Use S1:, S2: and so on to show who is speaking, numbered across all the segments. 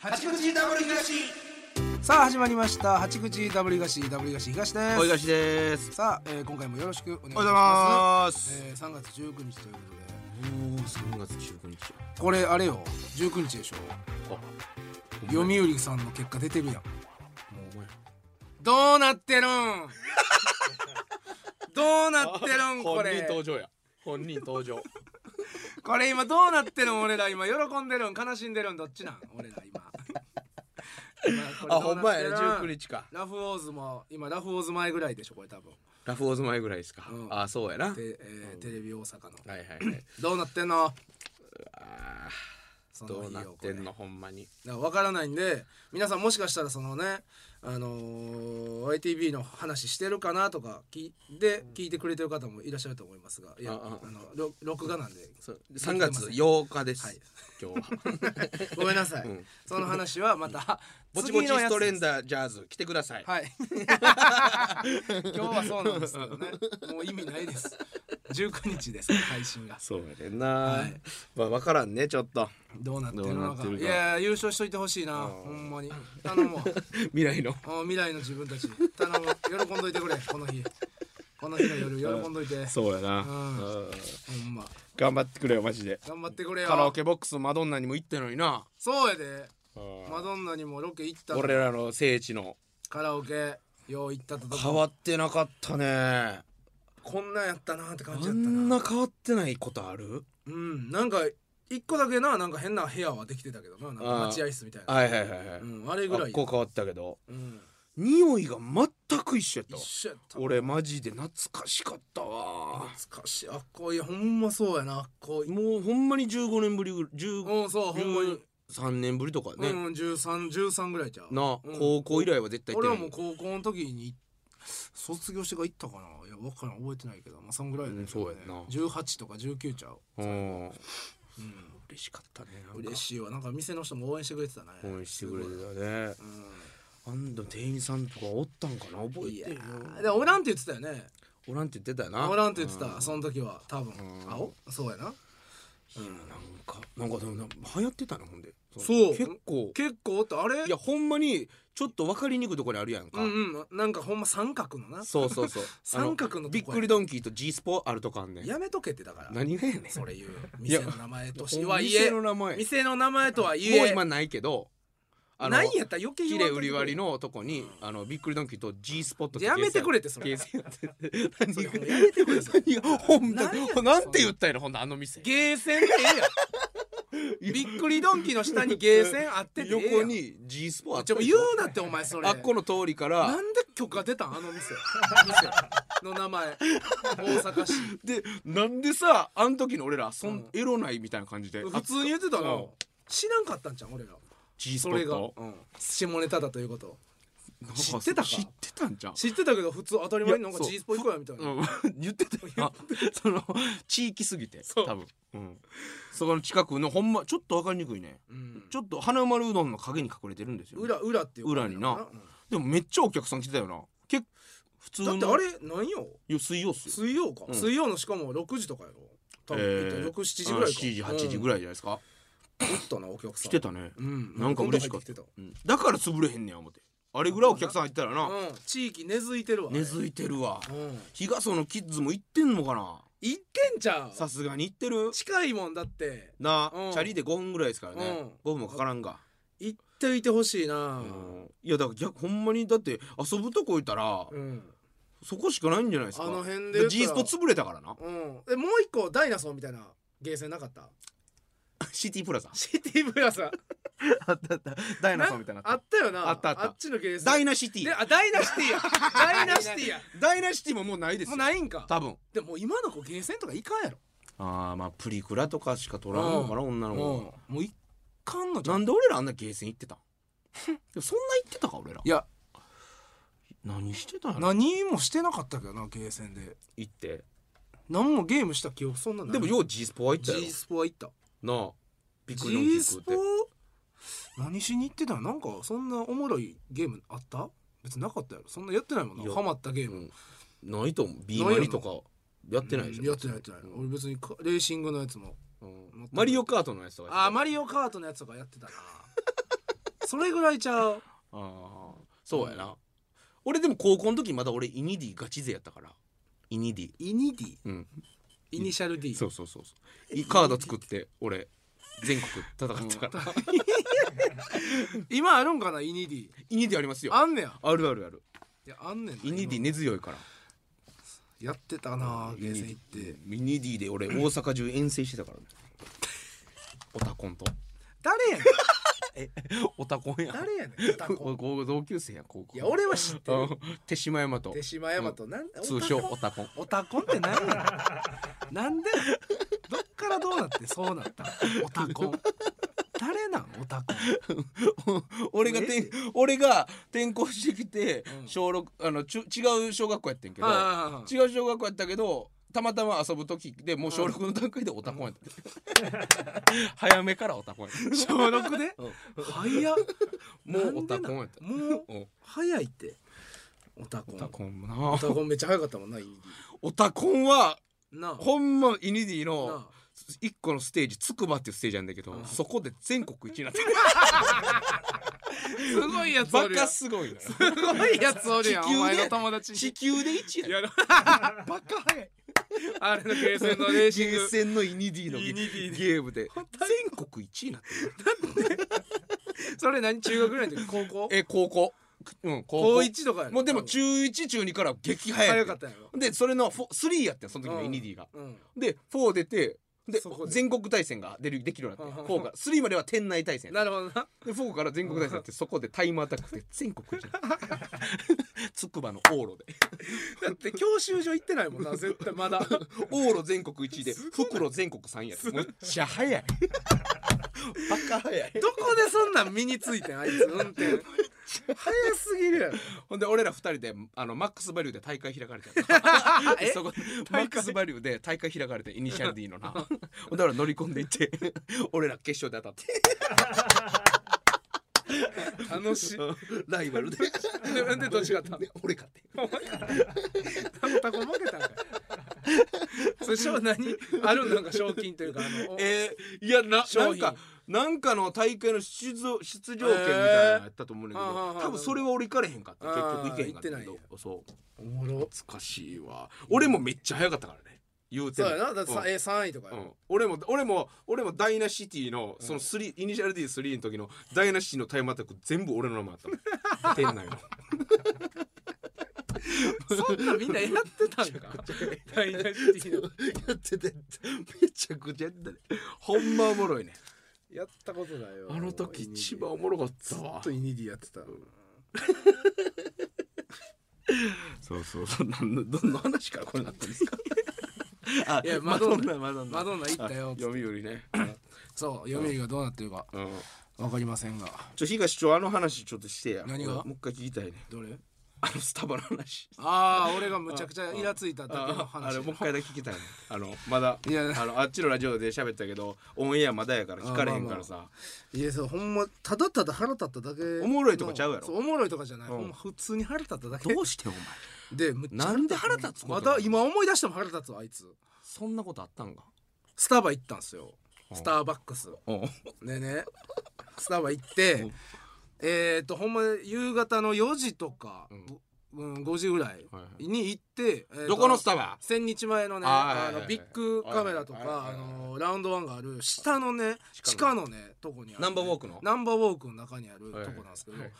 S1: 八口ダブル東
S2: さあ始まりました八口ダブリガシダブリガシ東です
S1: おいがしです
S2: さあ、えー、今回もよろしくお願いし
S1: おはようござい
S2: ま
S1: ます
S2: す、えー、3月19日ということで
S1: おお3月19日
S2: これあれよ19日でしょ
S1: あ
S2: 読売さんの結果出てるやんどうなってるん どうなってるんこ
S1: 本人登
S2: れ
S1: 場や本人登場
S2: これ今どうなってるん俺ら今喜んでるん悲しんでるんどっちなん俺ら今今
S1: あ
S2: これ
S1: ほ
S2: どうなってる
S1: んまやね19日か
S2: ラフオーズも今ラフオーズ前ぐらいでしょこれ多分
S1: ラフオーズ前ぐらいですか、
S2: うん
S1: あそうやなはい
S2: で、えーテレビ大阪の
S1: はいはい
S2: どうなってんの
S1: あ
S2: そ
S1: ー
S2: の日を
S1: どうなってんの
S2: こ
S1: ほんまに
S2: れだから分からないんで皆さんもしかしたらそのねあのー ITV の話してるかなとか聞いで聞いてくれてる方もいらっしゃると思いますがいや
S1: あ
S2: あ
S1: あ
S2: のろ録画なんで
S1: そう3月8日です、
S2: はい
S1: 今日 は
S2: ごめんなさい、
S1: ん
S2: その話はまた
S1: ぼちぼ
S2: 次
S1: ち
S2: の
S1: ス
S2: やつ
S1: トレンダージャーズ来てください、
S2: はい 今日はそうなんですけどねもう意味ないです19日です配信が
S1: そうやねんな、
S2: はい
S1: まあ分からんねちょっと
S2: どうなってる
S1: どう
S2: の
S1: なっ
S2: か
S1: てる
S2: い
S1: か
S2: や優勝しといてほしいなほんまに 頼もう
S1: 未来の
S2: あー未来の自分たち頼む喜んどいてくれこの日この日の夜喜んどいてほ
S1: そうやな、
S2: んんま
S1: 頑張ってくれよマジで
S2: 頑張ってくれよ
S1: カラオケボックスマドンナにも行ってんのにな
S2: そうやでマ
S1: マ
S2: ドンナにもロケ行った
S1: 俺らの聖地の
S2: カラオケよう行ったとこ
S1: 変わってなかったね
S2: こんなんやったなって
S1: あ
S2: 感じやったなん
S1: な変わってないことある
S2: うんなんか一個だけななんか変な部屋はできてたけどななんか
S1: あー
S2: 待合室みたいな
S1: はいはいはいはい、
S2: うんあれぐら
S1: あ
S2: い
S1: っこう変わったけど
S2: うん
S1: 匂いが全く一緒やった
S2: 一
S1: わ
S2: 緒やった
S1: 俺マジで懐かしかったわ
S2: 懐かしいあっこいいほんまそうやなあっこいい
S1: もうほんまに15年ぶりぐ15
S2: うんそうほんまに
S1: 3年ぶりとか
S2: う
S1: ね、
S2: ん13 13ぐらいちゃう
S1: な、
S2: うん
S1: 高校以来は絶対行っ
S2: 俺
S1: てな
S2: はいもう高校の時に卒業してから行ったかないや分からん覚えてないけどまあそんぐらいだね、
S1: うんそうやんな
S2: 18とか19ちゃう、
S1: うん
S2: うん、
S1: 嬉しかったねなんか
S2: 嬉しいわなんか店の人も応援してくれてたね
S1: 応援してくれ
S2: すごい
S1: てたねあんた店員さんとかおったんかな
S2: うん
S1: 覚
S2: い
S1: え
S2: や
S1: てる
S2: ーでもおらんって言ってたよね
S1: おらんって言ってたよな
S2: おらんって言って
S1: う
S2: たその時は多分
S1: うん
S2: あおそうやな
S1: なんかなんかでもな流行ってたなほんで
S2: そう
S1: 結構
S2: 結構おったあれ
S1: いやほんまにちょっと分かりにくいところにあるやんか、
S2: うんうんなんかほんま三角のな
S1: そうそ うそうあ
S2: 三角のとこや
S1: びっくりドンキーと G スポあるとかあんねん
S2: やめとけってだから
S1: 何 がやねん
S2: それ言う店の名前としては言
S1: 店
S2: え
S1: の名前も
S2: 店の名前とは言え
S1: う今ないけどあの
S2: ないんやったら余計言
S1: 綺
S2: わん
S1: 麗
S2: と
S1: 売
S2: いて
S1: り
S2: くれ
S1: 割りのとこにあのびっくりドンキーと G スポット
S2: やめてくれってそれ
S1: ゲーセンやってて何
S2: それも
S1: が
S2: うやめてくれそれ
S1: 何がほん
S2: なんやね
S1: と
S2: ん
S1: なんて言ったんやろほんとあの店
S2: ゲーセンってええ やんびっくりドンキーの下にゲーセンあっててええやん
S1: 横に G スポあっ
S2: ち
S1: た
S2: ょ
S1: で
S2: 言
S1: しょ
S2: うなってお前それ
S1: あっこの通りから
S2: なんで許可出たんあの店店の名前大阪市
S1: でなんでさあの時の俺らそん、
S2: うん
S1: エロないみたいな感じで
S2: 普通に言ってたな
S1: うん
S2: 知らんかったんじゃん俺ら
S1: G ス
S2: そ
S1: ポ
S2: れ
S1: ッ
S2: が、
S1: ト
S2: うん下ネタだということ
S1: なんか
S2: 知ってたか
S1: 知ってたんじゃん
S2: 知ってたけど普通当たり前になんか
S1: いやそう
S2: G スポ行くわみたいな、
S1: うん 言ってたよなその地域すぎて
S2: そう
S1: 多分、うん、そこの近くのほんまちょっと分かりにくいね
S2: うん
S1: ちょっと花丸うどんの陰に隠れてるんですよ
S2: 裏裏っていうか
S1: 裏になでもめっちゃお客さん来てたよな結構普通
S2: うん
S1: の
S2: だってあれなんよ
S1: いや水曜っすよ
S2: 水曜か、
S1: うん
S2: 水曜のしかも6時とかやろ多分、
S1: えー
S2: 6、7時ぐらいか
S1: 7時8
S2: ら
S1: 時ぐ
S2: い、
S1: らいじゃないですか、
S2: うん、行ったなお客さん
S1: 来てたね、
S2: うん、
S1: なんか嬉しかった
S2: どんどん入てきて
S1: うんだから潰れへんねん思ってあれぐらいお客さん入ったら
S2: た
S1: な、
S2: うん、地域根付いてるわ
S1: 根付いてるわ
S2: いうん
S1: 日傘のキッズも行ってんのかな
S2: 行ってんちゃ
S1: さ
S2: う
S1: すがに行ってる
S2: 近いもんだって
S1: な、
S2: うん
S1: チャリで5分ぐらいですからね、
S2: うん
S1: 5分もかからんが、
S2: 行っていてほしいな
S1: うんいやだから逆ほんまにだって遊ぶとこいたら、
S2: うん、
S1: そこしかないんじゃないですか
S2: あの辺で言ったら
S1: で G スポ潰れたからな
S2: うん、えもう一個ダイナソーみたいなゲーセンなかった
S1: シティプラザ
S2: シティブラザ
S1: あったあったダイ
S2: ーあったよな
S1: あったあった
S2: っちのゲーセン
S1: ダイナシテ
S2: で
S1: ィ
S2: あダイナシティ やダイナシティや
S1: ダイナシティももうないです
S2: もう
S1: よ
S2: ないんか
S1: 多分
S2: でも今の子ゲーセンとかいかんやろ
S1: ああまあプリクラとかしか取らんのかな、女の子は、
S2: うんもういかんのじゃ
S1: なんんで俺らあんなゲーセン行っ てたんでもそんな行ってたか俺ら
S2: いや
S1: 何してたんやろ
S2: 何もしてなかったけどなゲーセンで
S1: 行って
S2: 何もゲームした記憶そんなない
S1: でもよう G スポは行ったよ
S2: G スポは行った
S1: なあびっくりの
S2: G
S1: キッ
S2: ス
S1: ク
S2: ポ
S1: って
S2: 何しに行ってたのなんかそんなおもろいゲームあった別になかったやろそんなやってないもん
S1: い
S2: な
S1: や
S2: ハマったゲーム
S1: うん、ないと思う
S2: な
S1: B
S2: いよ
S1: マ
S2: な
S1: リとかやってないでしょ、
S2: うんやってないやってない
S1: うん
S2: 俺別にかレーシングのやつも
S1: うんマリオカートのやつとか
S2: あー
S1: マ
S2: マリオカートのやつとかやってたなそれぐらいちゃう
S1: あーそうやな、俺でも高校の時まだ俺イニディガチ勢やったからイニディ
S2: イニディ
S1: うん
S2: イニシャル D
S1: そうそうそうそういカード作って俺全国戦ったから、
S2: 今あるんかなイニディ
S1: イニディありますよあ
S2: あんねや
S1: るあるある
S2: いやあんねんな
S1: イニディ根強いから
S2: やってたなゲーセン行って
S1: ミニディで俺大阪中遠征してた からねオタコンと
S2: 誰やねん
S1: オタコンやん
S2: 誰やねんオタコン
S1: 俺高校同級生やん高校
S2: いや俺は知ってる
S1: うん手島山と
S2: 手島山となん
S1: 通称オタ コン
S2: オタコンって何やねんなんでどっからどうなってそうなったのオタコン誰なんオタコン
S1: 俺がてん俺が転校してきて
S2: うん
S1: 小六あのちゅ違う小学校やってんけど
S2: あ
S1: 違う小学校やったけどたまたま遊ぶ時でもう小6の段階でオタコンやった 早めからオタコンやった
S2: 小六で早っ
S1: もうオ
S2: な
S1: タ
S2: んでな
S1: コン
S2: ん
S1: やった
S2: もう
S1: うん
S2: 早いってオタコン
S1: オ
S2: オ
S1: タ
S2: タコ
S1: コンもな
S2: ンめっちゃ早かったもんなイニ
S1: オタコンは
S2: ディなあ
S1: ほんまイニディ
S2: な
S1: の
S2: あ
S1: 一個のステージつくばっていうステージなんだけど、
S2: うん
S1: そこで全国一に なってる
S2: すごいやつお
S1: バ
S2: るや
S1: カ
S2: ん
S1: すごいな
S2: すごいやつおるやん
S1: 地球
S2: お
S1: で
S2: 前の友達
S1: 地球で一や
S2: い
S1: ん
S2: や バカ早いあれのゲーセンのレーシン
S1: ゲー
S2: グ
S1: センのイニディのゲ
S2: イニディで
S1: ゲームで全国一になってる
S2: それ何中学ぐらいの時高校
S1: え高校うん高校
S2: 高一とかやろ
S1: もうでも中一中二から激早い
S2: 早かったやろ
S1: でそれのフォ3やってんその時の
S2: うん
S1: イニディが、
S2: うん
S1: で4出てで
S2: そこで
S1: 全国対戦が出るできるようになっ
S2: うん
S1: て
S2: うん
S1: 4が3までは店内対戦
S2: なるほどな
S1: でフォーから全国大戦やってそこでタイムアタックで全国じ ゃんつくばの往路で
S2: だって教習所行ってないもんな絶対 まだ
S1: 往路全国1位で袋全国3位やでむっちゃ早い バカ早い
S2: どこでそんなん身についてんあいつ運転早すぎるやろ
S1: ほんで俺ら2人であのマックスバリューで大会開かれて
S2: え
S1: そこマックスバリューで大会開かれてイニシャル D のなほんで俺ら乗り込んでいって 俺ら決勝で当たって
S2: 楽しい
S1: ライバルで
S2: でなんでどっちが 勝った
S1: で俺勝って
S2: のタコ負けたんかいそれ賞何あるんなんか賞金というかあのお
S1: えー、いやなな
S2: 商
S1: ん
S2: 品
S1: かなんかの大会の出場出場権みたいなのやったと思うんだけ
S2: えーあー
S1: ど、
S2: はーはー
S1: 多分それは俺行かれへんかった
S2: あ
S1: 結
S2: ー
S1: 局行けへんかったけ
S2: 行っ
S1: ど
S2: て
S1: そう
S2: おもろ
S1: 懐かしいわ俺もめっちゃ早かったからね言うて
S2: そ
S1: も
S2: うやなだってさ
S1: うん
S2: え3位とかや
S1: うん俺も俺も俺もダイナシティのその3、イニシャル D3 の時のダイナシティのタイムアタック全部俺の名前あったもん店内の
S2: そんなんみんなやってたんかダイナシティの
S1: やっててめちゃくちゃやってたねほんまおもろいね
S2: やったことだよ
S1: あの時一番おもろかった
S2: ず
S1: わ
S2: っとイニディやってた
S1: そうそうそうなんのどんな話からこれなったんですか あ
S2: いやマドンナ
S1: マドン
S2: マドンナ行ったよ
S1: あ読売ね
S2: そう読売がどうなってるか
S1: うん
S2: わかりませんが
S1: ちょ東町あの話ちょっとしてや
S2: 何が
S1: もう一回聞きたいね
S2: どれ
S1: あのスタバの話
S2: ああ俺がむちゃくちゃイラついただけの
S1: ああ
S2: 話
S1: れもう一回だけ聞きたいねあのまだ
S2: いや
S1: あのあっちのラジオで喋ったけどオンエアまだやから聞かれへんからさ、
S2: いやそうほんまただただ腹立っただけの
S1: おもろいとかちゃうやろ
S2: そおもろいとかじゃない、
S1: うん
S2: ほんま普通に腹立っただけ
S1: どうしてお前
S2: でむっちゃ
S1: なんで腹立つこと
S2: まだ今思い出しても腹立つわあいつ
S1: そんなことあったんか
S2: スタバ行ったんすよ
S1: うん
S2: スターバックス
S1: うん
S2: ねねスタバ行って
S1: うん
S2: えっとほんま夕方の4時とか、うん5時ぐらい
S1: はい
S2: に行って、えーと
S1: どこのスタバ
S2: 千日前のね
S1: あー
S2: あ
S1: はいはいは
S2: の
S1: い
S2: ビッグカメラと
S1: はいはいは
S2: か
S1: い
S2: あのラウンドワンがある下のね
S1: 地
S2: 地
S1: 下
S2: 下
S1: の
S2: のねとこにある
S1: ナンバーウォークの
S2: ナンバーウォークの中にあると
S1: はいはい
S2: こなんですけど、
S1: はい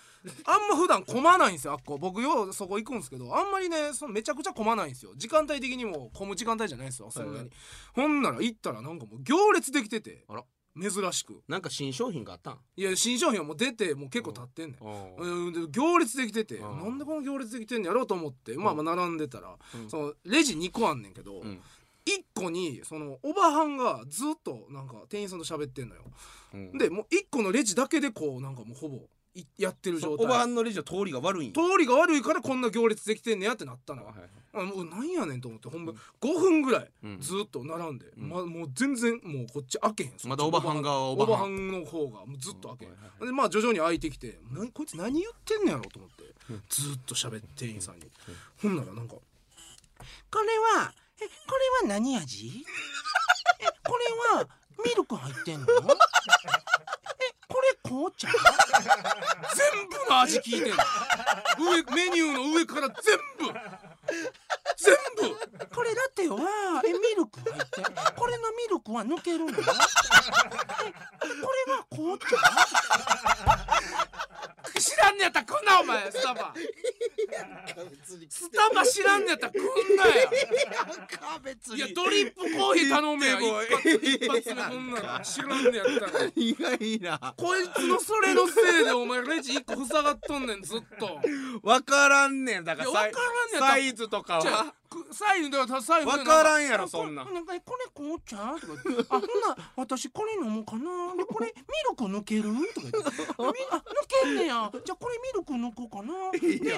S2: あんま普段混まないんですよあっこ僕ようそこ行くんですけどあんまりねそのめちゃくちゃ混まないんですよ時間帯的にも混む時間帯じゃないんですよそんなに、
S1: はいはい
S2: ほんなら行ったらなんかもう行列できてて
S1: あら
S2: 珍しく
S1: なんか新商品があったん
S2: いや新商品はもう出てもう結構経ってんねん
S1: うん
S2: うん、で行列できてて、
S1: うん
S2: なんでこの行列できてんのやろうと思って、まあまあ並んでたら、
S1: うん
S2: そのレジ2個あんねんけど、
S1: うん
S2: 1個にそのおばはんがずっとなんか店員さんと喋ってんのよ、
S1: うん
S2: でもう1個のレジだけでこうなんかもうほぼいやってる
S1: その
S2: 状
S1: おばは
S2: 態
S1: んのレジの通りが悪いんや
S2: 通りが悪いからこんな行列できてんねやってなったの、
S1: はいはい
S2: あもうなんやねんと思ってほんま5分ぐらい
S1: うん
S2: ずっと並んで、
S1: ん
S2: ま、もう全然もうこっち開けへん
S1: まだおばはんが
S2: お
S1: お
S2: ば
S1: ば
S2: は
S1: は
S2: んの方がもうずっと開けへん、
S1: うんはいはい
S2: でまあ徐々に開いてきてなこいつ何言ってんのやろと思ってずっと喋って店員さんに、ほんならなんか「これはえこれは何味えこ れはミルク入ってんのえこれ紅茶え味聞いてんの上メニューの上から全部全部これラテはえミルク入ってこれのミルクは抜けるのえ これは紅茶知らんねやったら来んなお前スタバ
S3: 別に
S2: スタバ知らんねやったら来んなや
S3: か別
S2: いやドリップコーヒー頼めや
S1: 言っ
S2: 一発一発目こんなの知らんねやったら
S3: 意外いな
S2: こいつのそれのせいでお前レジ一個塞がっとんねんずっと
S3: 分からんねんだから
S2: いや
S3: サイ
S2: 分からんねん
S3: サイズとか
S2: じゃ
S3: は
S2: あく左右だから左右で
S3: 分からんやろ そんなん
S2: これこれ紅茶とか言って あほんな私これ飲もうかなでこれミルク抜けるとか言 ってみあ抜けんねやじゃあこれミルク抜こうかな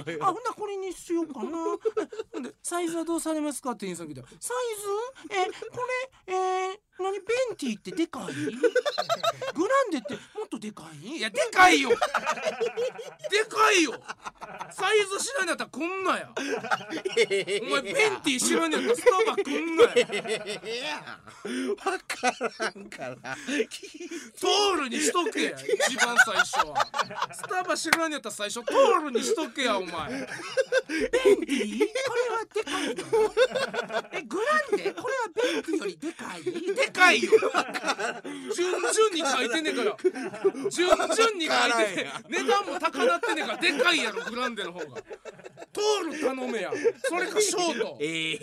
S2: であほんなこれにしようかな えほんでサイズはどうされますかって店員さん来たらサイズえこれえー、何ベンティってでかいグランデってもっとでかいいやでかいよでかいよサイズ知らんやったらこんなやお前ベンティー知らんねやったらスタバ来んなよ
S3: ええやん分からんから
S2: トールにしとけや一番最初はスタバ知らんねやったら最初トールにしとけやお前ベンティーこれはでかいよえグランデこれはベンティーよりでかいでかいよ順々に書いてんねえから順々に書いてんねん値段も高なってんねえからでかいやろグランデの方がトール頼めやそれかショート
S3: ええ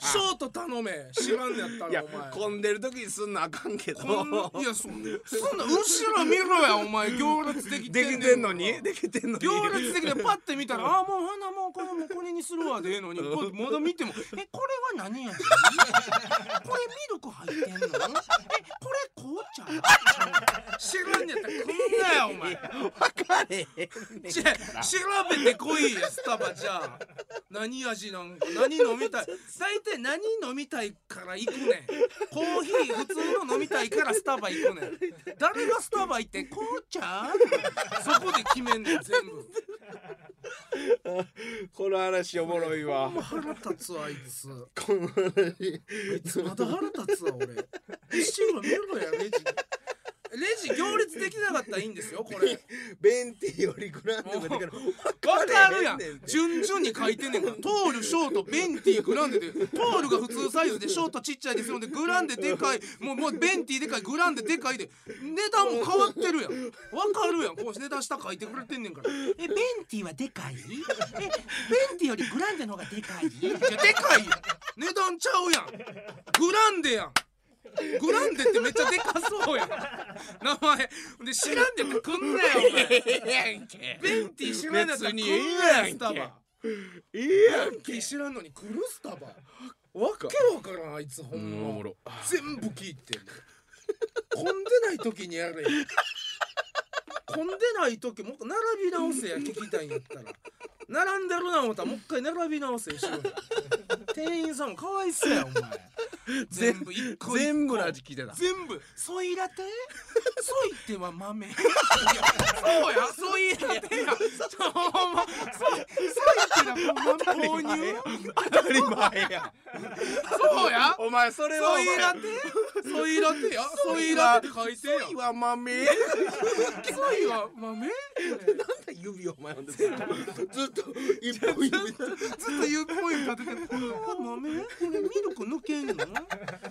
S2: ショート頼め知らんねやった
S3: いや
S2: らお前
S3: 混んでる時にすんなあかんけど
S2: こんないやそんなそんな後ろ見ろやお前行列できて
S3: で
S2: んね
S3: き
S2: ん
S3: てんのにできてんのに
S2: 行列できてパッて見たら「ああもう花もうこれもうこれにするわ」でええのにこうまだ見ても「えこれは何やねんこれミルク入ってんのえこれ紅茶知らんねやったらこんなやお前
S3: 分かれへんねん
S2: じゃあ調べてこいやスタバじゃあ何味なんか何飲みたい大体何飲みたいから行くねんコーヒー普通の飲みたいからスタバ行くねん誰がスタバ行って紅茶そこで決めんねん全部
S3: この話おもろいわ
S2: もう腹立つわあいつ
S3: この話
S2: いつまだ腹立つわ俺一後ろ見ろやレジレジ行列できなかったらいいんですよこれ
S3: ベンティよりグランデもでき
S2: わ
S3: る
S2: かるやん
S3: 分かれへんねんて
S2: 順々に書いてんねんからトールショートベンティーグランデでトールが普通サイズでショートちっちゃいですのでグランデでかいもうもうベンティーでかいグランデでかいで値段も変わってるやんわかるやんこう値段下書いてくれてんねんからえベンティーはでかいえベンティーよりグランデの方がでかいいやでかいよ値段ちゃうやんグランデやんグランデってめっちゃでかそうやん名前で知らんでってくんなよお前
S3: ええやんけ
S2: ベンティー知らんやったら来んな
S3: 別に
S2: や
S3: ええやんけ
S2: スタバベ
S3: ええやん
S2: ンティー知らんのに来るスタバわけわからんあいつほん
S1: おも
S2: ま
S1: ろ
S2: 全部聞いてんの混んでない時にやれ混んでない時もう一回並び直せや聞きたいんやったら並んでるな思ったらもう一回並び直せしろよ店員さんもかわいそうやお前全部一個一個
S3: 全部の味聞いてた
S2: 全部ソイラテソイっては豆いやそうや ソイラテやちょほんまソイソイってのは豆豆乳
S3: 当たり前やん
S2: そうや
S3: お前それは
S2: ソイラテソイラテやソイラテって書いてや
S3: お前は豆なん
S2: ソイは豆
S3: だ指お前ほんでずっとずっと一本指
S2: ずっと指ポイント立ててこれは豆これミルク抜けんのこれ紅茶紅茶や書いて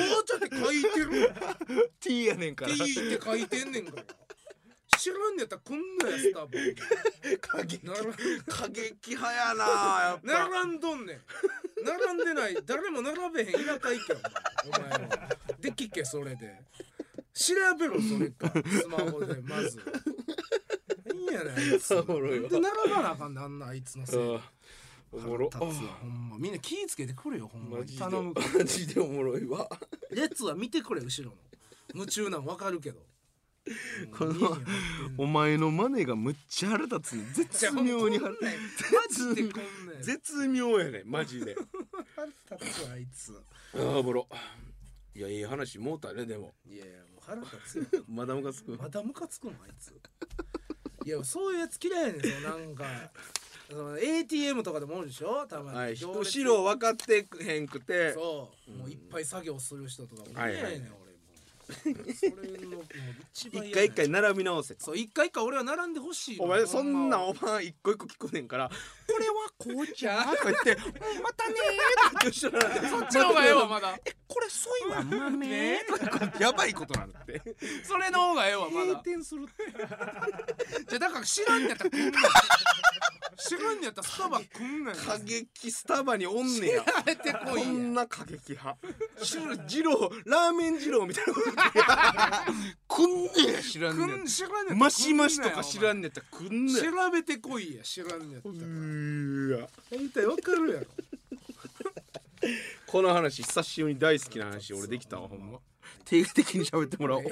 S2: 紅茶って書いてる
S3: T やねんか
S2: テ
S3: ら
S2: ィーって書いてんねんから知らんねやったらこんなやスタバ
S3: 過激
S2: なら
S3: 過激派やなやっぱ
S2: 並んどんねん並んでない誰も並べへん田舎行けお前お前はできっけそれで調べろそれかスマホでまずいいやねんあいつ
S3: おもろいわ
S2: で並ばなあかんねんあんなあいつのせいで
S3: あおもろ
S2: 腹立つわほんまみんな気ぃつけてくれよほんま
S3: マ
S2: に
S3: ジで
S2: 頼むから
S3: マジでおもろいわ
S2: 列は見てくれ後ろの夢中なんわかるけど
S3: この
S2: いいよ
S3: お前のマネがむっちゃ腹立つね
S2: じゃ
S3: 絶
S2: あほんまこ
S3: 妙
S2: ん
S3: に
S2: なん
S3: 腹
S2: マ
S3: 立
S2: ジでこんなん
S3: つ絶妙やねマジで
S2: 腹立つわあいつ
S1: あーおもろいやいい話もうたねでも
S2: いやいやもう腹立つよ
S3: まだムカつく
S2: まだムカつくのあいつ いやそういうやつ嫌いやねんそのなんかその ATM とかでもおるでしょたまに、
S3: はい
S2: 行列
S3: 後ろ分かってへんくて
S2: そうもういっぱい作業する人とかも嫌いやねん、
S1: はいは
S2: 俺
S1: い
S2: もそれのもう一番
S1: 一
S2: 嫌
S1: 回一回並び直せ
S2: そう一回一回俺は並んでほしいの
S1: お前そんな
S2: ほ
S1: おばん一個一個聞こえねんから
S2: まこれは紅茶
S1: あとか言って
S2: うんまたね
S1: よっしゃなんて
S2: そっちの方がええわまだこれソイは
S1: ね
S2: 豆
S1: とかやばいことなるって
S2: それの方がええわま
S1: 閉
S2: だ
S1: 店するって
S2: じゃあだから知らんねやったら来んな知らんねやったらスタバ来んなよ
S1: 過激スタバにおんねや
S2: 帰ってこ
S1: こ
S2: いや
S1: んな過激派二郎ラーメン二郎みたいなこと言って くんねや知らんね
S2: くん知らんね
S1: やマシマシとか知ら
S2: ん
S1: んねやったらくんねや
S2: 調べてこいや知らんねやった
S1: う
S2: ら
S1: ーわ
S2: 大体わかるやろ
S1: この話久しぶりに大好きな話俺できたわほんま定期的に喋ってもらおう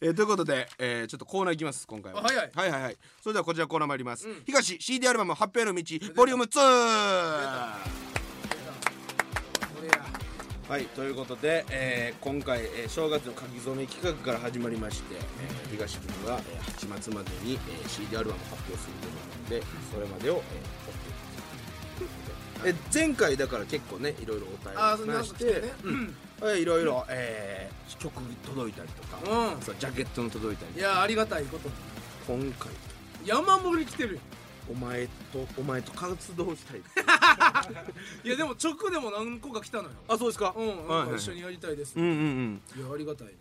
S1: えーということで、えーちょっとコーナーいきます今回は
S2: あ早い
S1: はいはいはいそれではこちらコーナー参ります、東 CD アルバム発表の道ボリューム2
S2: これや
S1: はいということで、えー今回、えー正月の書き初め企画から始まりまして、えー東君が、えー8月までに、えー CD アルバムを発表するということなのでそれまでを、えー追っていくえ前回だから結構ねいろいろお便り
S2: あーそんな
S1: 話
S2: こ
S1: し
S2: と
S1: て、
S2: 来てね
S1: うんはいいろいろ、えー曲届いたりとか、
S2: うん
S1: そうジャケットの届いたり
S2: いやありがたいことに
S1: 今回
S2: 山盛り来てるよ
S1: お前とお前と活動したい
S2: いやでも直でも何個か来たのよ
S1: あそうですか
S2: うんなんか
S1: はいはい
S2: 一緒にやりたいです
S1: う
S2: い
S1: んうんうん
S2: やありがたいね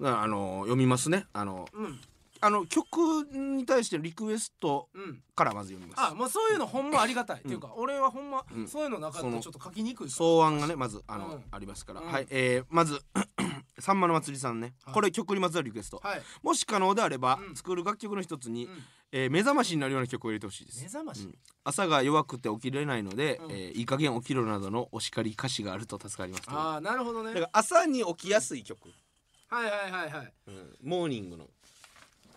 S1: だからあの読みますねあの
S2: うん
S1: あの曲に対してのリクエスト
S2: うん
S1: からまず読みます
S2: あまあそういうのほんまありがたいっていうか俺はほんま
S1: うん
S2: そういうのなかったらちょっと書きにくいから
S1: 草案がねまずあの、
S2: うん
S1: ありますから、
S2: うん
S1: はい、えー、まず さんまの祭りさんね、
S2: はい
S1: これ曲にまつわるリクエスト、
S2: はい
S1: もし可能であれば、
S2: うん
S1: 作る楽曲の一つに、
S2: うん
S1: えー目覚ましになるような曲を入れてほしいです
S2: 目覚まし
S1: うん朝が弱くて起きれないので、
S2: うん
S1: えーいい加減起きろなどのお叱り歌詞があると助かりますと
S2: ああなるほどね
S1: だから朝に起きやすい曲、
S2: はいはいはいはい
S1: うんモーニングの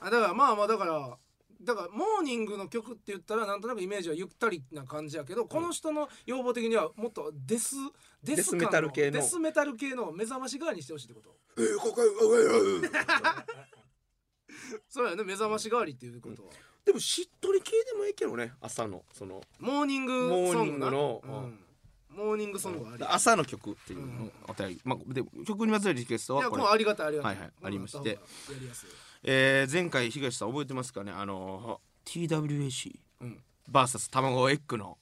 S2: あだからまあまあだからだからモーニングの曲って言ったらなんとなくイメージはゆったりな感じやけど、この人の要望的にはもっとデスデ
S1: デスメタル系の
S2: デスメタル系の目覚まし側にしてほしいってこと
S3: えー、ここうう
S2: そうやね目覚まし代わりっていうことは、
S1: でもしっとり系でもいいけどね朝のその
S2: モーニングソングな
S1: モーニングの
S2: うんモーニングソングはあり、
S1: 朝の曲っていうのをお便り、まあ、でも曲にまつわるリクエスト
S2: いや
S1: は
S2: こ
S1: こ
S2: れ
S1: れ
S2: ありがたいありがたい、
S1: はいはいありまして
S2: やりやすい
S1: えー前回東さん覚えてますかねあのー TWAC
S2: うん
S1: バーサス卵エッグの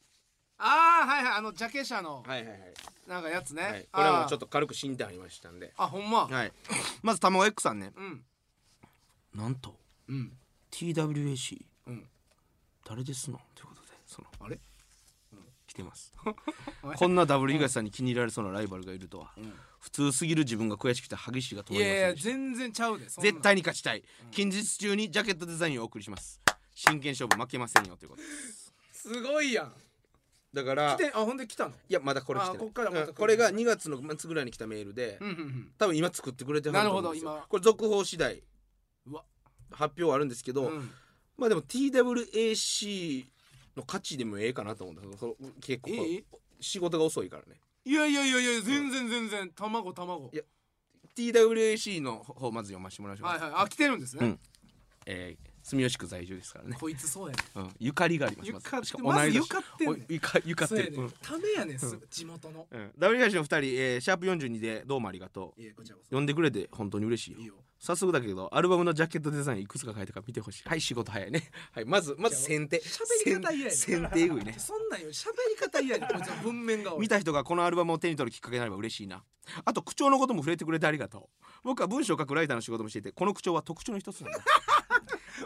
S2: ああはいはいあのジャケ写の
S1: はいはいはい、
S2: なんかやつね、
S1: はい、これはもうちょっ
S2: っと
S1: と軽く進展ありましたんで
S2: あほんま、
S1: はいまず卵エッグさんね
S2: うん
S1: なんと
S2: うん
S1: TWAC
S2: うん
S1: 誰ですのということでその
S2: あれ
S1: 来てます
S2: おい
S1: こんなダブル東さんに気に入られそうなライバルがいるとは、
S2: ん
S1: 普通すぎる自分が悔しくて激しが止
S2: い
S1: まりません
S2: やいや
S1: でした
S2: 全然ちゃうでそんなん
S1: 絶対に勝ちたい、近日中にジャケットデザインをお送りします真剣勝負負けませんよということです
S2: すごいやん
S1: だから
S2: 来てあほんで来たの
S1: いやまだこれ来てない
S2: あこっからまた来る
S1: うんこれが2月の末ぐらいに来たメールで、
S2: うんうんうん
S1: 多分今作ってくれてると思うんですよ
S2: なるほど今
S1: これ続報次第
S2: うわ
S1: 発表あるんですけど、
S2: うん
S1: まあでも TWAC の価値でもええかなと思ったその結構
S2: いい
S1: 仕事が遅いからね
S2: いやいやいやいや全然全然卵卵
S1: いや TWAC の方まず読ませてもらいましょう、
S2: はいはいあ来てるんですね、
S1: うんえー住吉区在住ですからね、
S2: こいつそうやね
S1: うん、ゆかりがあります
S2: ゆかって
S1: しかも
S2: ま
S1: 同い
S2: ず
S1: 年
S2: ゆかってん
S1: お
S2: ねん
S1: ゆかゆかって
S2: そうや
S1: る、
S2: ね
S1: うん
S2: んためやねんすぐ地元の
S1: うん、ダブル東の2人、えーシャープ42でどうもありがとう
S2: いやこちらこそ
S1: 呼んでくれて本当に嬉しいよ
S2: いいよ
S1: 早速だけどアルバムのジャケットデザインいくつか書いたから見てほしいはい仕事早いね はいまずまず先手
S2: 喋り方嫌やねん
S1: 先先手えぐいね
S2: そんなんより喋り方嫌やねんこいつの文面が
S1: 見た人がこのアルバムを手に取るきっかけになれば嬉しいなあと口調のことも触れてくれてありがとう僕は文章を書くライターの仕事もしていてこの口調は特徴の一つ なんだ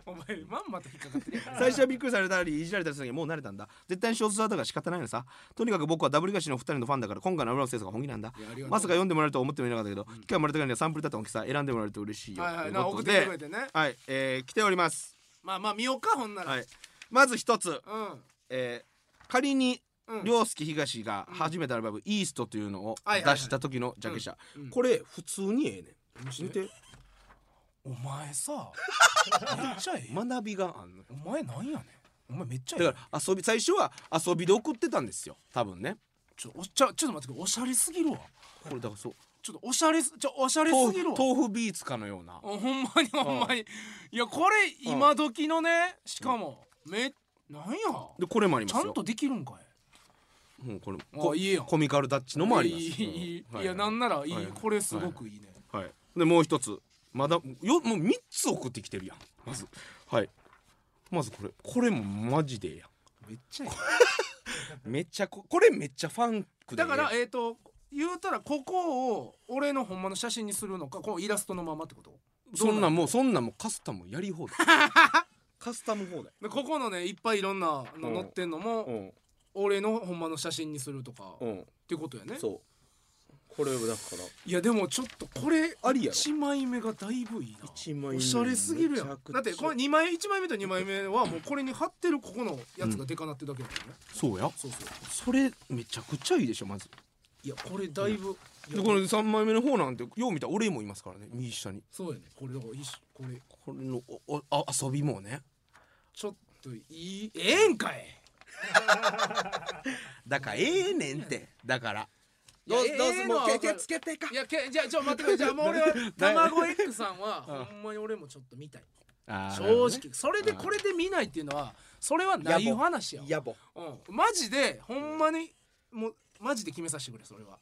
S2: お前まんまと引っかかってるやん
S1: 最初はびっくりされたりいじられたりするのにもう慣れたんだ絶対に小説だったから仕方ないのさとにかく僕はダブルガシのお二人のファンだから今回のアルバム制作が本気なんだ
S2: いやありがとう
S1: まさか読んでもらえるとは思ってもいなかったけど、機会をもらったからにはサンプルだった大きさ選んでもらえると嬉しいよ
S2: はいはい
S1: と
S2: な
S1: う
S2: 送
S1: こ
S2: っ
S1: と
S2: て
S1: で
S2: くれてね
S1: はい、えー来ております
S2: まあまあ見ようかほんなら、
S1: はいまず一つ
S2: うん
S1: えー仮に
S2: うん
S1: 凌介東が初めてのアルバム「イースト」というのを
S2: はいはいはい
S1: 出した時のジャケ写、
S2: うんうん
S1: これ普通にええねん見
S2: 見て
S1: て
S2: お前 さめっちゃええ
S1: 学びがあんのよ
S2: お前なんやねんお前めっちゃええ
S1: だから遊び最初は遊びで送ってたんですよ多分ね
S2: ちょおちゃちょっと待ってくれおしゃれすぎるわ
S1: これだからそう
S2: ちょっとおしゃれすちょおしゃれす
S1: 豆
S2: ぎるわ
S1: 腐豆腐ビーツかのような
S2: おほんまにほんまにいやこれ今時のねしかもめなんや
S1: でこれもあり
S2: ち
S1: ま
S2: ゃ
S1: す
S2: ん
S1: よ
S2: とできるんかい
S1: うんこれ
S2: あ
S1: こ
S2: いいやん
S1: コミカルダッチのもありま
S2: い
S1: す
S2: いいいいい
S1: うんはい
S2: やなんならいい
S1: はい
S2: これすごくいいね
S1: はいでもう一つまだよもう3つ送ってきてるやんまずはいまずこれこれもマジでええや
S3: めっちゃい
S1: ん
S3: い
S1: めっちゃここれめっちゃファンクで
S2: だ
S1: ええ
S2: からえっ、と言うたらここを俺のほんまの写真にするのかこのイラストのままってこと
S1: そんなんもうそんなんもうカスタムやり放題 カスタム放題
S2: でここのねいっぱいいろんなの載ってんのも、
S1: うん
S2: 俺のほんまの写真にするとか、
S1: う
S2: っ
S1: ん
S2: てことやね
S1: そうこれだから
S2: いやでもちょっとこれ
S1: ありやろ
S2: 1枚目がだいぶいいな
S1: 一枚目
S2: おしゃれすぎるやん
S1: めちゃくちゃ
S2: だってこれ2枚1枚目と2枚目はもうこれに貼ってるここのやつがでかなってるだけだからね、
S1: そうや
S2: そうそう
S1: それめちゃくちゃいいでしょまず
S2: いやこれだいぶ、い
S1: で
S2: や
S1: これ3枚目の方なんてよう見たら俺もいますからね右下に
S2: そうやねこれだからいいしこれ
S1: これのおおあ遊びもね
S2: ちょっといいええんかい
S1: だからええねんってだから
S2: いやええのはわかる
S3: けてか
S2: いやけじゃあちょ待ってくれじゃあもう 俺は卵エッグさんは
S1: うん
S2: ほんまに俺もちょっと見たい
S1: あー
S2: 正
S1: なるほ
S2: 直
S1: どね
S2: それでこれで見ないっていうのはそれはない話やわ
S3: 野暮
S2: うんマジでほんまにもうマジで決めさせてくれそれは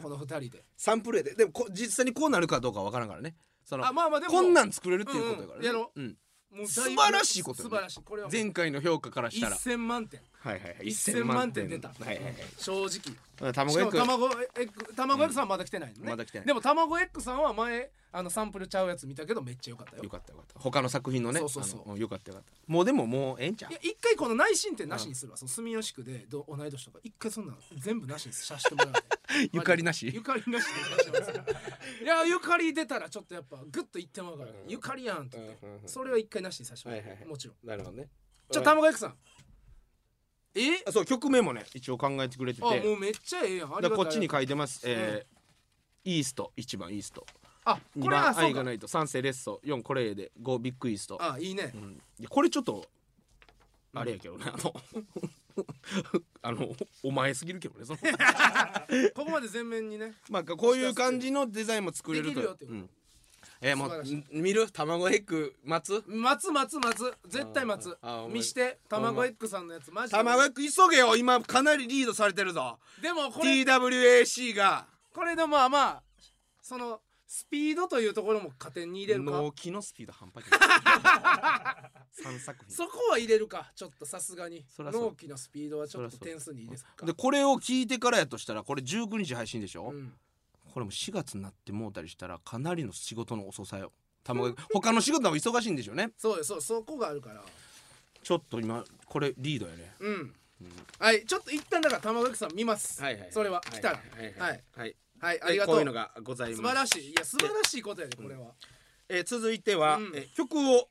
S2: この二人で
S1: サンプルやででもこ実際にこうなるかどうかわからんからねその
S2: あまあまあでも
S1: こんなん作れるっていうことだからね、
S2: うんうんやろ
S1: うん
S2: もうだいぶ
S1: 素晴らしいことよ
S2: 素
S1: ね
S2: 晴らしいこれは
S1: 前回の評価からしたら
S2: 1000万点
S1: はいはいはい
S2: 1000万点出た
S1: はいはいはい
S2: 正直し
S1: 卵
S2: か
S1: エ
S2: も
S1: ッグ
S2: 卵エッグ卵エッグさんはまだ来てないのね
S1: まだ来てない
S2: でも卵エッグさんは前あのサンプルちゃうやつ見たけどめっちゃ良かったよ
S1: よかったよかった他の作品のね
S2: そうそうそう
S1: あのんよかったよかったもうでももうええんちゃう
S2: いや一回この内申点なしにするわ、その住吉区でど同い年とか一回そんなの全部なしにさせてもらうね
S1: ゆかりなし
S2: ゆかりなしでお願いし ますいやゆかり出たらちょっとやっぱグッと言ってもらうから、ゆかりやんって言って、
S1: うんうんうん
S2: それは一回なしにさせてもらう、
S1: はいはいはい
S2: もちろん
S1: なるほどね
S2: じゃあ玉川くさんえ
S1: あそう曲名もね一応考えてくれてて
S2: あもうめっちゃええやんあり
S1: だ
S2: がた
S1: から
S2: い
S1: こっちに書いてます、えーイースト1番イースト
S2: あ
S1: 2
S2: これは
S1: 番
S2: そ
S1: 愛
S2: う
S1: が
S2: か
S1: ないと3世レッソ4これで5ビッグイースト、
S2: あいいね
S1: うん、いやこれちょっとあれやけどねあの あのお前すぎるけどねその
S2: ここまで全面にね
S1: まあこういう感じのデザインも作れる
S2: で
S1: と
S2: きるよってこと
S1: うんえー、も
S2: 素晴
S1: う
S2: らしい
S1: 見る卵エッグ待つ
S2: 待つ待つ待つ絶対待つ
S1: ああお前
S2: 見して卵エッグさんのやつマジで
S1: 卵エッグ急げよ今かなりリードされてるぞ
S2: でもこれ
S1: TWAC が
S2: これでまあまあそのスピードというところも加点に入れるか
S1: 納期のスピード半端 ない3作品
S2: そこは入れるかちょっとさすがに
S1: そらそう
S2: 納期のスピードはちょっと
S1: そらそう
S2: 点数に入れすか
S1: でこれを聞いてからやとしたらこれ19日配信でしょ、
S2: うん
S1: これも4月になってもうたりしたらかなりの仕事の遅さよ卵他の仕事も忙しいんでしょうね
S2: そうよそうそこがあるから
S1: ちょっと今これリードやね
S2: うんはいちょっと一旦だから玉垣さん見ます
S3: はいはい
S2: それは来たら
S3: はい
S2: は
S3: はいいはい
S2: はいあ
S1: で
S2: りが
S1: ことういうの
S2: う
S1: がござい
S2: 素
S1: ま
S2: 晴
S1: す
S2: らしいいや素晴らしいことやでこれは
S1: えー続いては、
S2: うん
S1: えー曲を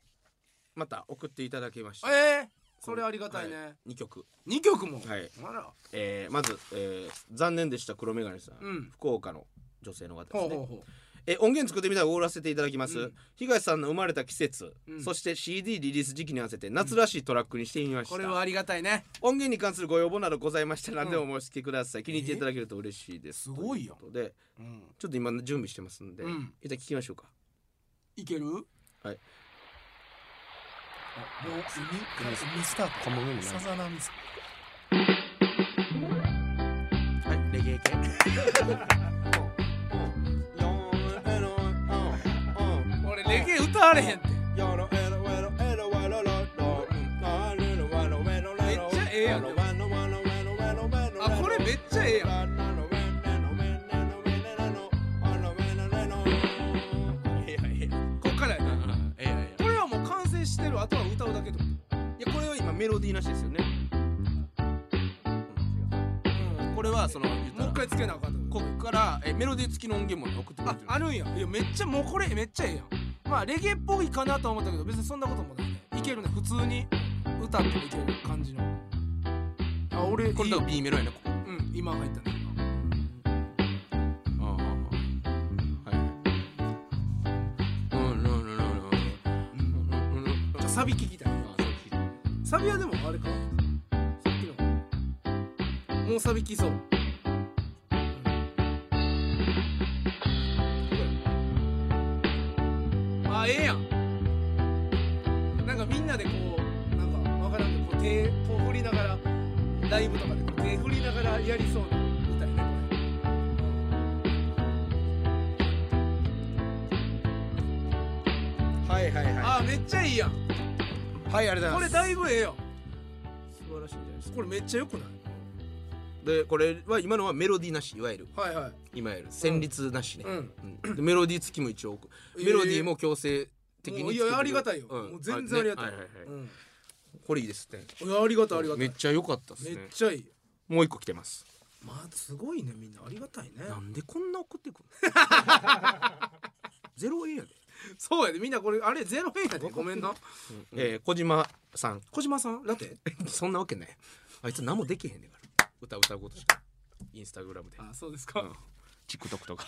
S1: また送っていただきました
S2: ええそれありがたいね
S1: 2曲、
S2: 二曲も
S1: はい
S2: あら
S1: えーまず、えー残念でした黒メガネさん、
S2: うん
S1: 福岡の女性の方で
S2: ほ
S1: す
S2: うほう
S1: ね
S2: ほ
S1: えー音源作ってみたらおごらせていただきます、
S2: うん
S1: 東さんの生まれた季節、
S2: うん
S1: そして CD リリース時期に合わせて夏らしいトラックにしてみま
S2: う
S1: した、
S2: これはありがたいね
S1: 音源に関するご要望などございましたら何でもお申し付けください、気に入っていただけると嬉しいです
S2: えすごいよ
S1: とうことで
S2: うん
S1: ちょっと今準備してますんで、
S2: うん
S1: 一旦聞きましょうか
S2: いける
S1: はい
S2: あもう海海スタート
S1: もめも
S2: サザナミさん
S1: はいレゲエ系
S2: 俺レゲエ歌われへんって
S1: めっちゃええやん
S2: あこれめっちゃええやんこっからやなこれはもう完成してるあとは歌うだけってこ
S1: いやこれは今メロディーなしですよね。
S2: とうん
S1: これはその言った
S2: もう
S1: ら
S2: 一回つけなあかんってこ
S1: こっからえメロディー付きの音源も送ってくれ
S2: あ
S1: てる。
S2: あるんやいやめっちゃもうこれめっちゃええやんまあレゲエっぽいかなとは思ったけど別にそんなこともないねいけるね普通に歌ってもいける感じのあ俺
S1: これだ
S2: い
S1: か
S2: い
S1: ら B メロやね。ここ
S2: うん今入ったね
S1: ああああはい。うんうんうんうん
S2: 今
S1: うんうんうん。
S2: じゃあサビ聞きたい
S1: あそう聞いた
S2: サビはでもあれかさっきのもうサビきそうあええやんなんかみんなでこうなんかわからんけどこう手こう振りながらライブとかでこう手振りながらやりそうな歌やねこれあめっちゃいいやん
S1: はいありがとう
S2: こ
S1: ござ
S2: れ
S1: いま
S2: だいぶ
S1: す
S2: ええやん
S1: 素晴らしいんじゃないですか
S2: これめっちゃよくない
S1: でこれは今のはメロディーなしいわゆる
S2: はいはい
S1: いわゆる旋律なしね、
S2: うん
S1: うんでメロディー付きも一応置く
S2: えー
S1: メロディーも強制的に
S2: もうい
S1: 作ってくれ
S2: やあり
S1: る
S2: がたいよ、
S1: うん
S2: もう全然ありがたい,、
S1: ねはいはいはい
S2: うん
S1: これいいですね
S2: いやありがたいありがた
S1: め
S2: い
S1: っちゃ良かったです
S2: めっ
S1: ね
S2: ちゃいい
S1: もう一個来てます
S2: まあすごいねみんなありがたいね
S1: なんでこんな送ってくる のゼロ円やで、
S2: そうやでみんなこれあれゼロ円やでごめんな
S1: えー、小島さん
S2: 小島さんラテ
S1: そんなわけないあいつ何もできへんねんから歌歌うことしかインスタグラムで
S2: あそうですか、
S1: TikTok とか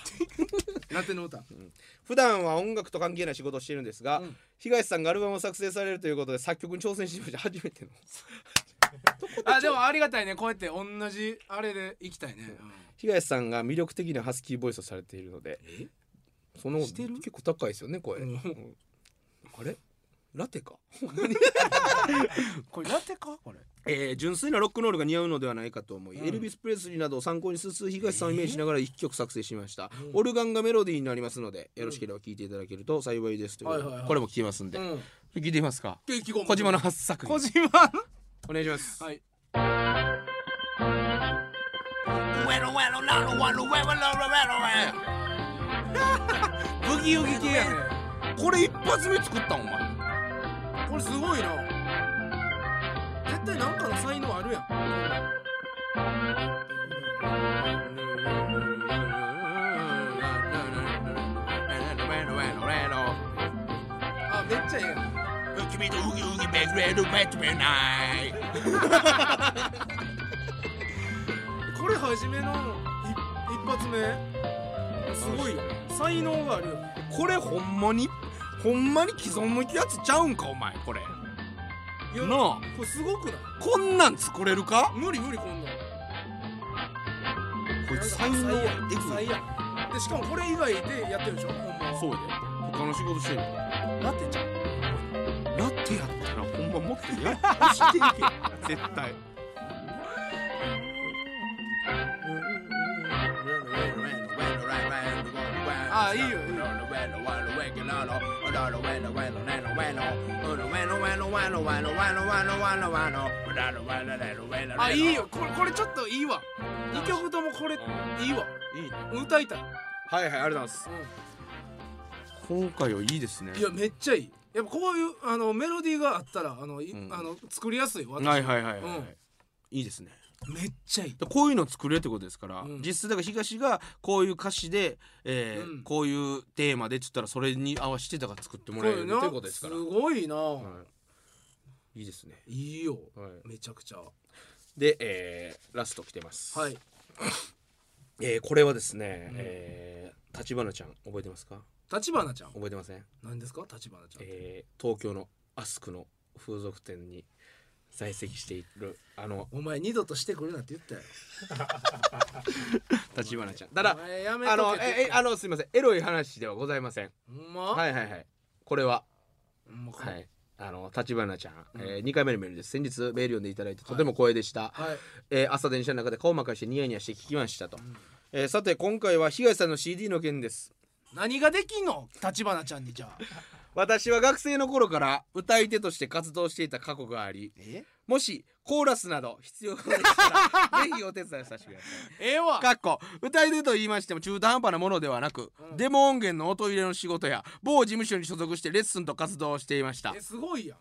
S2: ラテの歌
S1: 普段は音楽と関係ない仕事をしているんですが、
S2: うん
S1: 東さんがアルバムを作成されるということで作曲に挑戦してみました初めて の
S2: あでもありがたいねこうやって同じあれで行きたいね、
S1: 東さんが魅力的なハスキーボイスをされているので
S2: え
S1: その
S2: してる
S1: 結構高いですよね声、
S2: うん
S1: うんあれラテか、
S2: これラテかこれ
S1: えー純粋なロックノールが似合うのではないかと思い、エルビス・プレスリーなどを参考にしつつ東さんをイメージしながら一曲作成しました、オルガンがメロディーになりますのでよろしければ聴いていただけると幸いですという、
S2: はいはいはい
S1: これも聴きますんで、
S2: うん
S1: 聴いてみますか
S2: で意気込む
S1: 小島の発作
S2: 小
S1: 品
S2: 島
S1: お願いします、
S2: はい
S1: ブギウギ系やねこれ一発目作ったんお前
S2: これすごいな絶対なんかの才能あるやんあめっちゃええやん
S1: 君とウギウギめぐれるめつめない
S2: これ初めの一一発目すごいよ才能があるよ
S1: これほんまにほんまに既存のやつちゃうんかお前これ
S2: いや
S1: なあ
S2: これすごくない
S1: こんなん作れるか
S2: 無理無理こんなん
S1: こいつ才能エグ
S2: 才
S1: い
S2: やでしかもこれ以外でやってるでしょほんまは
S1: そうやで他の仕事してる
S2: ラテちゃん
S1: ラテやったらほんまもっとやっしていけ絶対
S2: あいいよいいよあいいよこれこれちょっといいわ二曲ともこれいいわ
S1: いいね
S2: 歌いたい、
S1: はいはいありがとうございます今回はいいですね
S2: いやめっちゃいいやっぱこういうあのメロディーがあったらあの、い
S1: うん
S2: あの作りやすい私、
S1: はいはいはいはい、
S2: うん
S1: いいですね
S2: めっちゃいい
S1: でこういうの作れってことですから、
S2: うん
S1: 実際だから東がこういう歌詞で、えー
S2: うん
S1: こういうテーマでっつったらそれに合わせてだから作ってもらえるっていうことですから、
S2: すごいな、
S1: はい、いいですね、
S2: い、いよ
S1: はい
S2: めちゃくちゃは
S1: で、えーラスト来てます、
S2: い
S1: えーこれはですね、えー、橘ちゃん覚えてますか
S2: 立花ちゃん
S1: 覚えてません、
S2: 何ですか立花ちゃん、
S1: えー東京のアスクの風俗店に在籍しているあの
S2: お前二度としてくるなって言ったよ
S1: 橘ちゃんただ
S2: お前やめとけ
S1: あの
S2: って
S1: ええあのすいませんエロい話ではございません
S2: ほんま、
S1: はいはいはいこれは
S2: ほんまか
S1: はいあの橘ちゃん、えー、2回目のメールです先日メール読んでいただいてとても光栄でした、
S2: はい
S1: えー朝電車の中で顔まかしてニヤニヤして聞きましたと、えーさて今回は東さんの CD の件です
S2: 何ができんの立花ちゃんにじゃあ
S1: 私は学生の頃から歌い手として活動していた過去があり
S2: え
S1: もしコーラスなど必要がでしたらぜひお手伝いさせてください
S2: ええわ
S1: かっこ歌い手と言いましても中途半端なものではなく、デモ音源の音入れの仕事や某事務所に所属してレッスンと活動をしていました
S2: えすごいやん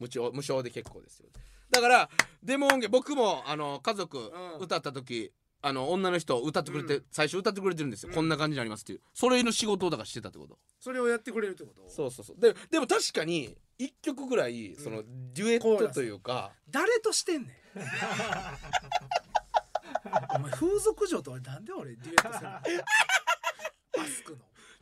S1: 無償無償で結構ですよだからデモ音源僕もあの家族
S2: うん
S1: 歌った時、あの女の人歌ってくれて、
S2: う
S1: 最初歌ってくれてるんですよ、こんな感じになりますっていうそれの仕事をだからしてたってこと
S2: それをやってくれるってこと
S1: そうそうそうででも確かに1曲ぐらいそのデュエッ
S2: コー
S1: ト
S2: ラス
S1: というか、
S2: 誰としてんね んお前風俗嬢と俺なんで俺デュエットす るのマスクの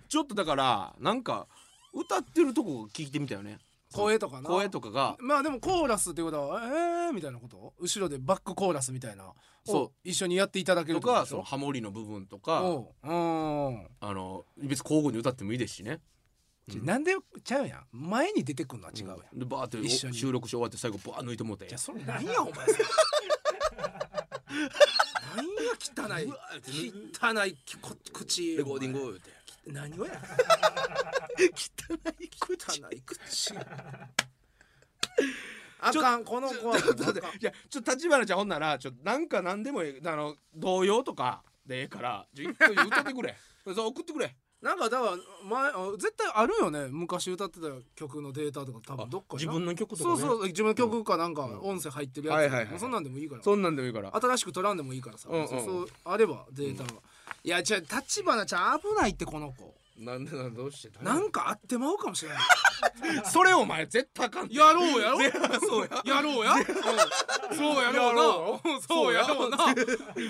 S1: ちょっとだからなんか歌ってるとこ聞いてみたよね
S2: 声とかな
S1: 声とかが
S2: まあでもコーラスってことはえーみたいなこと後ろでバックコーラスみたいな
S1: そう
S2: 一緒にやっていただけるっ
S1: と
S2: てこと
S1: か
S2: でし
S1: その
S2: ょ
S1: ハモリの部分とか
S2: おううん
S1: あの別に交互に歌ってもいいですしね
S2: ちょなんでちゃうやん前に出てくんのは違うやん、
S1: でバーって
S2: 一緒に
S1: 収録し終わって最後バー抜いてもうて
S2: じゃあそれなんやお前それなんや汚い汚いこ口
S1: レコーディングって
S4: 何をや汚い口
S1: 汚い口
S4: あ
S1: ちょ
S4: かんこの子は
S1: ちょっと待って
S4: あかん
S1: いやちょっと立花ちゃんほんならちょっとなんかなんでもいいあの童謡とかでええからちょ一個歌ってくれ そう送ってくれなんかだから
S2: 前あ絶対あるよね昔歌ってた曲のデータとか多
S1: あ
S2: 分どっかに
S1: 自分の曲とか、
S2: そ
S1: ね、
S2: うそう自分の曲かなんか音声入ってるやつ、
S4: はいはいはい
S2: もうそんなんでもいいから
S1: そんなんでもいいから
S2: 新しく取らんでもいいからさ、
S1: うんうん
S2: そうそうあればデータは、いやじゃあ立花ちゃん危ないってこの子
S1: なんでなんでどうして
S2: なんかあってまうかもしれない
S1: それお前絶対あかん
S2: やろうやろ
S1: そう
S2: やろう や、うんそうやろうなうんそうやろうな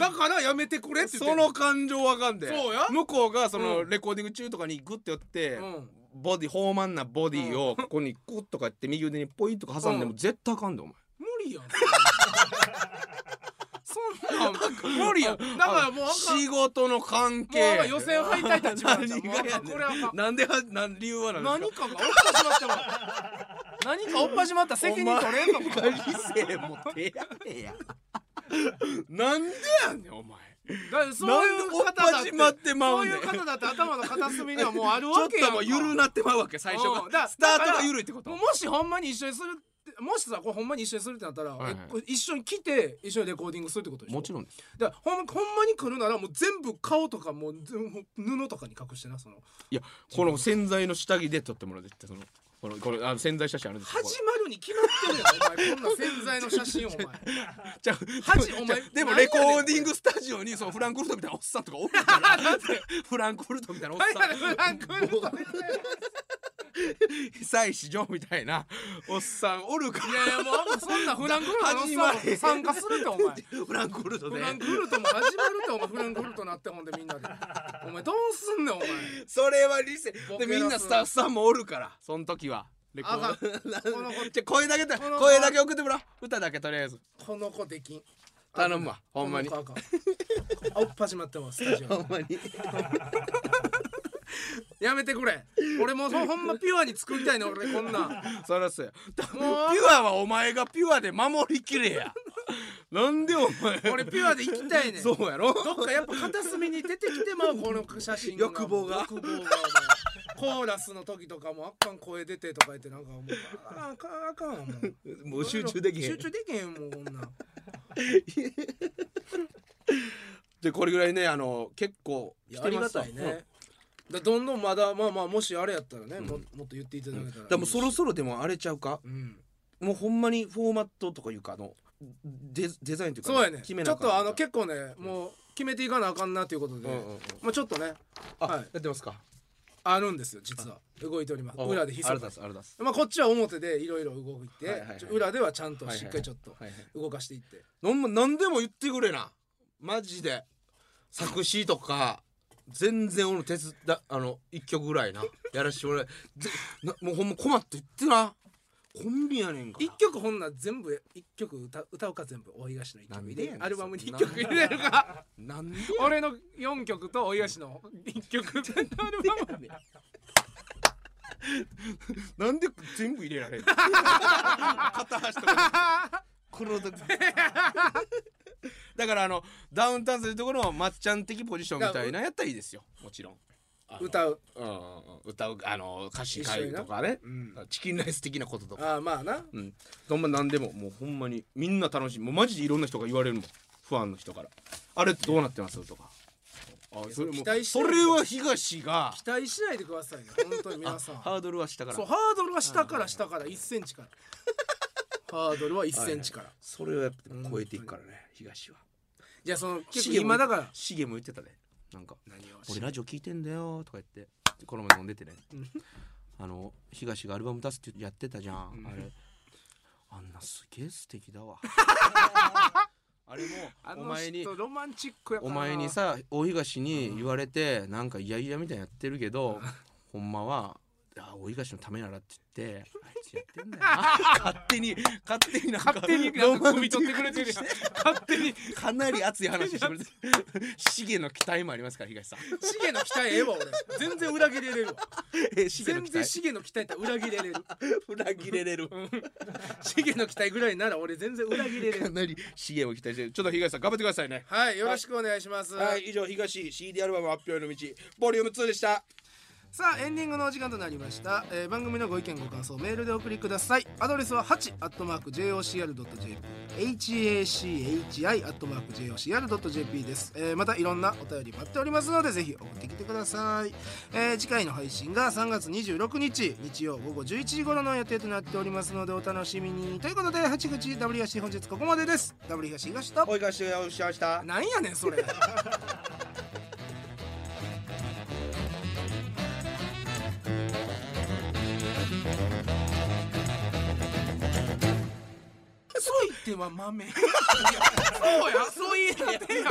S2: だからやめてくれって言
S1: そ
S2: ってん
S1: の感情わかんで
S2: そうや
S1: 向こうがその
S2: うん
S1: レコーディング中とかにグッて寄って、
S2: うん
S1: ボディ豊満なボディをここにグッとかやって右腕にポインとか挟んでも
S2: う
S1: 絶対あかんでお前
S2: 無理 やんそんなん無理やんだからもうあかん
S1: 仕事の関係
S2: もうあかん予選敗退立花ち ゃん
S1: 何
S2: も
S1: が
S2: うあ
S1: や
S2: か
S1: ね
S2: ん
S1: ん
S2: これはあかん
S1: なんではなん理由はなんで
S2: 何
S1: すか
S2: かがおっぱしまったもん何かおっぱしまった責任取れんのか
S1: 何理性も手やねやなんでやねんお前
S2: だって
S1: な
S2: そうい
S1: んで
S2: う
S1: おっ
S2: 方だ
S1: ぱ
S2: って
S1: じまってま
S2: そうう
S1: ねん
S2: いう方だって頭の片隅にはもうある
S1: ちょ
S2: わ
S1: っ
S2: けやん
S1: と
S2: か
S1: もう緩なってまうわけ最初
S2: うん
S1: から
S2: だ
S1: スタート
S2: だか
S1: が
S2: ら
S1: 緩いってこと
S2: もうもしほんまに一緒にするってもしさこれほんまに一緒にするってなったら、
S1: はいはい
S2: えこれ一緒に来て一緒にレコーディングするってことでしょ
S1: もちろんです
S2: だからほんほんまに来るならもう全部顔とかもう全部布とかに隠してなその
S1: いやこの洗剤の下着で撮ってもらう絶対そのこのこのあの洗剤写真あれですよこれ
S2: 始まるに決まってるやんお前こんな洗剤の写真お 前
S1: じゃあ
S2: 恥
S1: じゃあ
S2: お前
S1: でも
S2: 何
S1: レ
S2: や
S1: コ
S2: ねん
S1: ーディングスタジオにそのフランクフルトみたいなおっさんとかおるから フランクフルトみたいなおっ
S2: 何や
S1: さ
S2: ね
S1: ん
S2: んフランクフルト
S1: 久石譲みたいなおっさんおるか
S2: いやいやもうそんなフランクフルトの
S1: 始ま
S2: おっさ
S1: れ
S2: ん参加するってお前
S1: らフランクフルト
S2: フ
S1: で
S2: ランクフルトも始まるってお前フランクフルトなってほんでみんなでお前どうすんねんお前
S1: それは理性
S2: ボ
S1: で
S2: ケ
S1: みんな
S2: ラス
S1: スタッフさんもおるからその時はレコー
S2: あかん
S1: ディング
S2: この子
S1: じゃあ声だけだ
S2: この
S1: 声だけ送ってもらう歌だけとりあえず
S2: この子できん
S1: 頼むわほんまに
S2: この子あかんおっぱしまってますスタジオ
S1: ほんまに
S2: やめてくれ俺もうほんまピュアに作りたいね俺こんなん
S1: そらそうや
S2: もう
S1: ピュアはお前がピュアで守りきれや なんでお前
S2: 俺ピュアで行きたいねん
S1: そうやろ
S2: どっかやっぱ片隅に出てきてまうこの写真が
S1: 欲望が
S2: 欲望がお前コーラスの時とかもあかん声出てとか言ってなんかもうあかんあかんあかんもう
S1: もう集中できへ
S2: 集
S1: ん
S2: 中できへんもうこんなん
S1: でこれぐらいねあの結構来
S2: あ
S1: て
S2: り
S1: ま
S2: が
S1: すわ
S2: たいね、だどんどんまだまあまあもしあれやったらね、ももっと言っていただけたら、
S1: でもうそろそろでもあれちゃうか
S2: うん
S1: もうほんまにフォーマットとかいうかあのデデザインというか
S2: そうやね
S1: 決
S2: ち
S1: め
S2: ょ
S1: な
S2: っとあの結
S1: 結
S2: 構ねもう決めていかなあかんなということで、
S1: うんうんうん
S2: まあちょっとね
S1: 構
S2: はい
S1: やってますか
S2: あるんですよ実は動いております
S1: あ
S2: 裏でひ
S1: あ
S2: そ
S1: りが
S2: か
S1: とうございますありがとうございます
S2: にまあこっちは表でいろいろ動いて、
S1: はいはいはい
S2: ちょ裏ではちゃんと
S1: はいはい
S2: しっかりちょっと
S1: はいはい
S2: 動かしていって、
S1: なんも何でも言ってくれなマジで作詞とか全然俺の手伝あの一曲ぐらいなやらしてもらえぜなもうほんま困って言ってなコンビやねんから
S2: 一曲ほんなら全部一曲歌歌うか全部大東の一
S1: なん
S2: 曲入
S1: でやねん
S2: れアルバムに一
S1: そんな
S2: 曲入れる か
S1: なんで
S2: 俺の四曲と大東の一曲分のアルバム
S1: なんで全部入れら れんの片足とかこの時 だからあのダウンタウンするところのまっちゃん的ポジションみたいなやったらいいですよもちろんあの
S2: 歌う
S1: うんうんうん歌うあの歌詞書いとかね、
S2: うん
S1: チキンライス的なこととか
S2: ああまあな
S1: うんほんま何でももうほんまにみんな楽しいもうマジでいろんな人が言われるもんファンの人からあれってどうなってますとかあそれも
S2: 期待して
S1: そ
S2: る
S1: れは東 が
S2: 期待しないでくださいね本当に皆さん
S1: ハードルは下から
S2: そうハードルは下から下から1センチからハードルは1センチから
S1: それをやっぱ超えていくからね東は
S2: じゃあその結
S1: シ
S2: 構
S1: ゲも
S2: 今だから
S1: シゲも言ってたねなんか
S2: 何を
S1: 俺ラジオ聞いてんだよとか言ってこの前飲んでて ねあの東がアルバム出すってやってたじゃん、あれあんなすげえ素敵だわ あれも
S2: あ
S1: お
S2: の
S1: 前に
S2: 人ロマンチックやから
S1: お
S2: な
S1: 前にさ大東に言われてなんかいやいやみたいなやってるけどほんまはあ大東のためならって言ってあいつやってんだよな 勝手に勝手になんか
S2: 勝手になんか汲み取ってくれてるやん勝手に
S1: かなり熱い話してくれてシゲの期待もありますから東さん
S2: シゲの期待ええわ俺全然裏切れれるわ
S1: えシゲの
S2: 全
S1: 期
S2: 然
S1: 待
S2: シゲの期待って裏 切れれる
S1: 裏切れれる
S2: シゲの期待ぐらいなら俺全然裏切れれ
S1: か
S2: る
S1: なり資源を期待してるちょっと東さん頑張ってくださいね
S2: はいよろしくお願いします、
S1: はい以上東 CD アルバム発表への道ボリューム2でした
S2: さあエンディングのお時間となりました、えー番組のご意見ご感想メールでお送りくださいアドレスは 8-jocr.jp hachi.jocr.jp です、えーまたいろんなお便り待っておりますのでぜひ送ってきてください、えー次回の配信が3月26日日曜午後11時頃の予定となっておりますのでお楽しみにということで八口 W 東本日ここまでです W 東東と
S1: 追い返しておしゃした
S2: なんやねんそれ
S3: そう言っては豆そうやそう言いたてや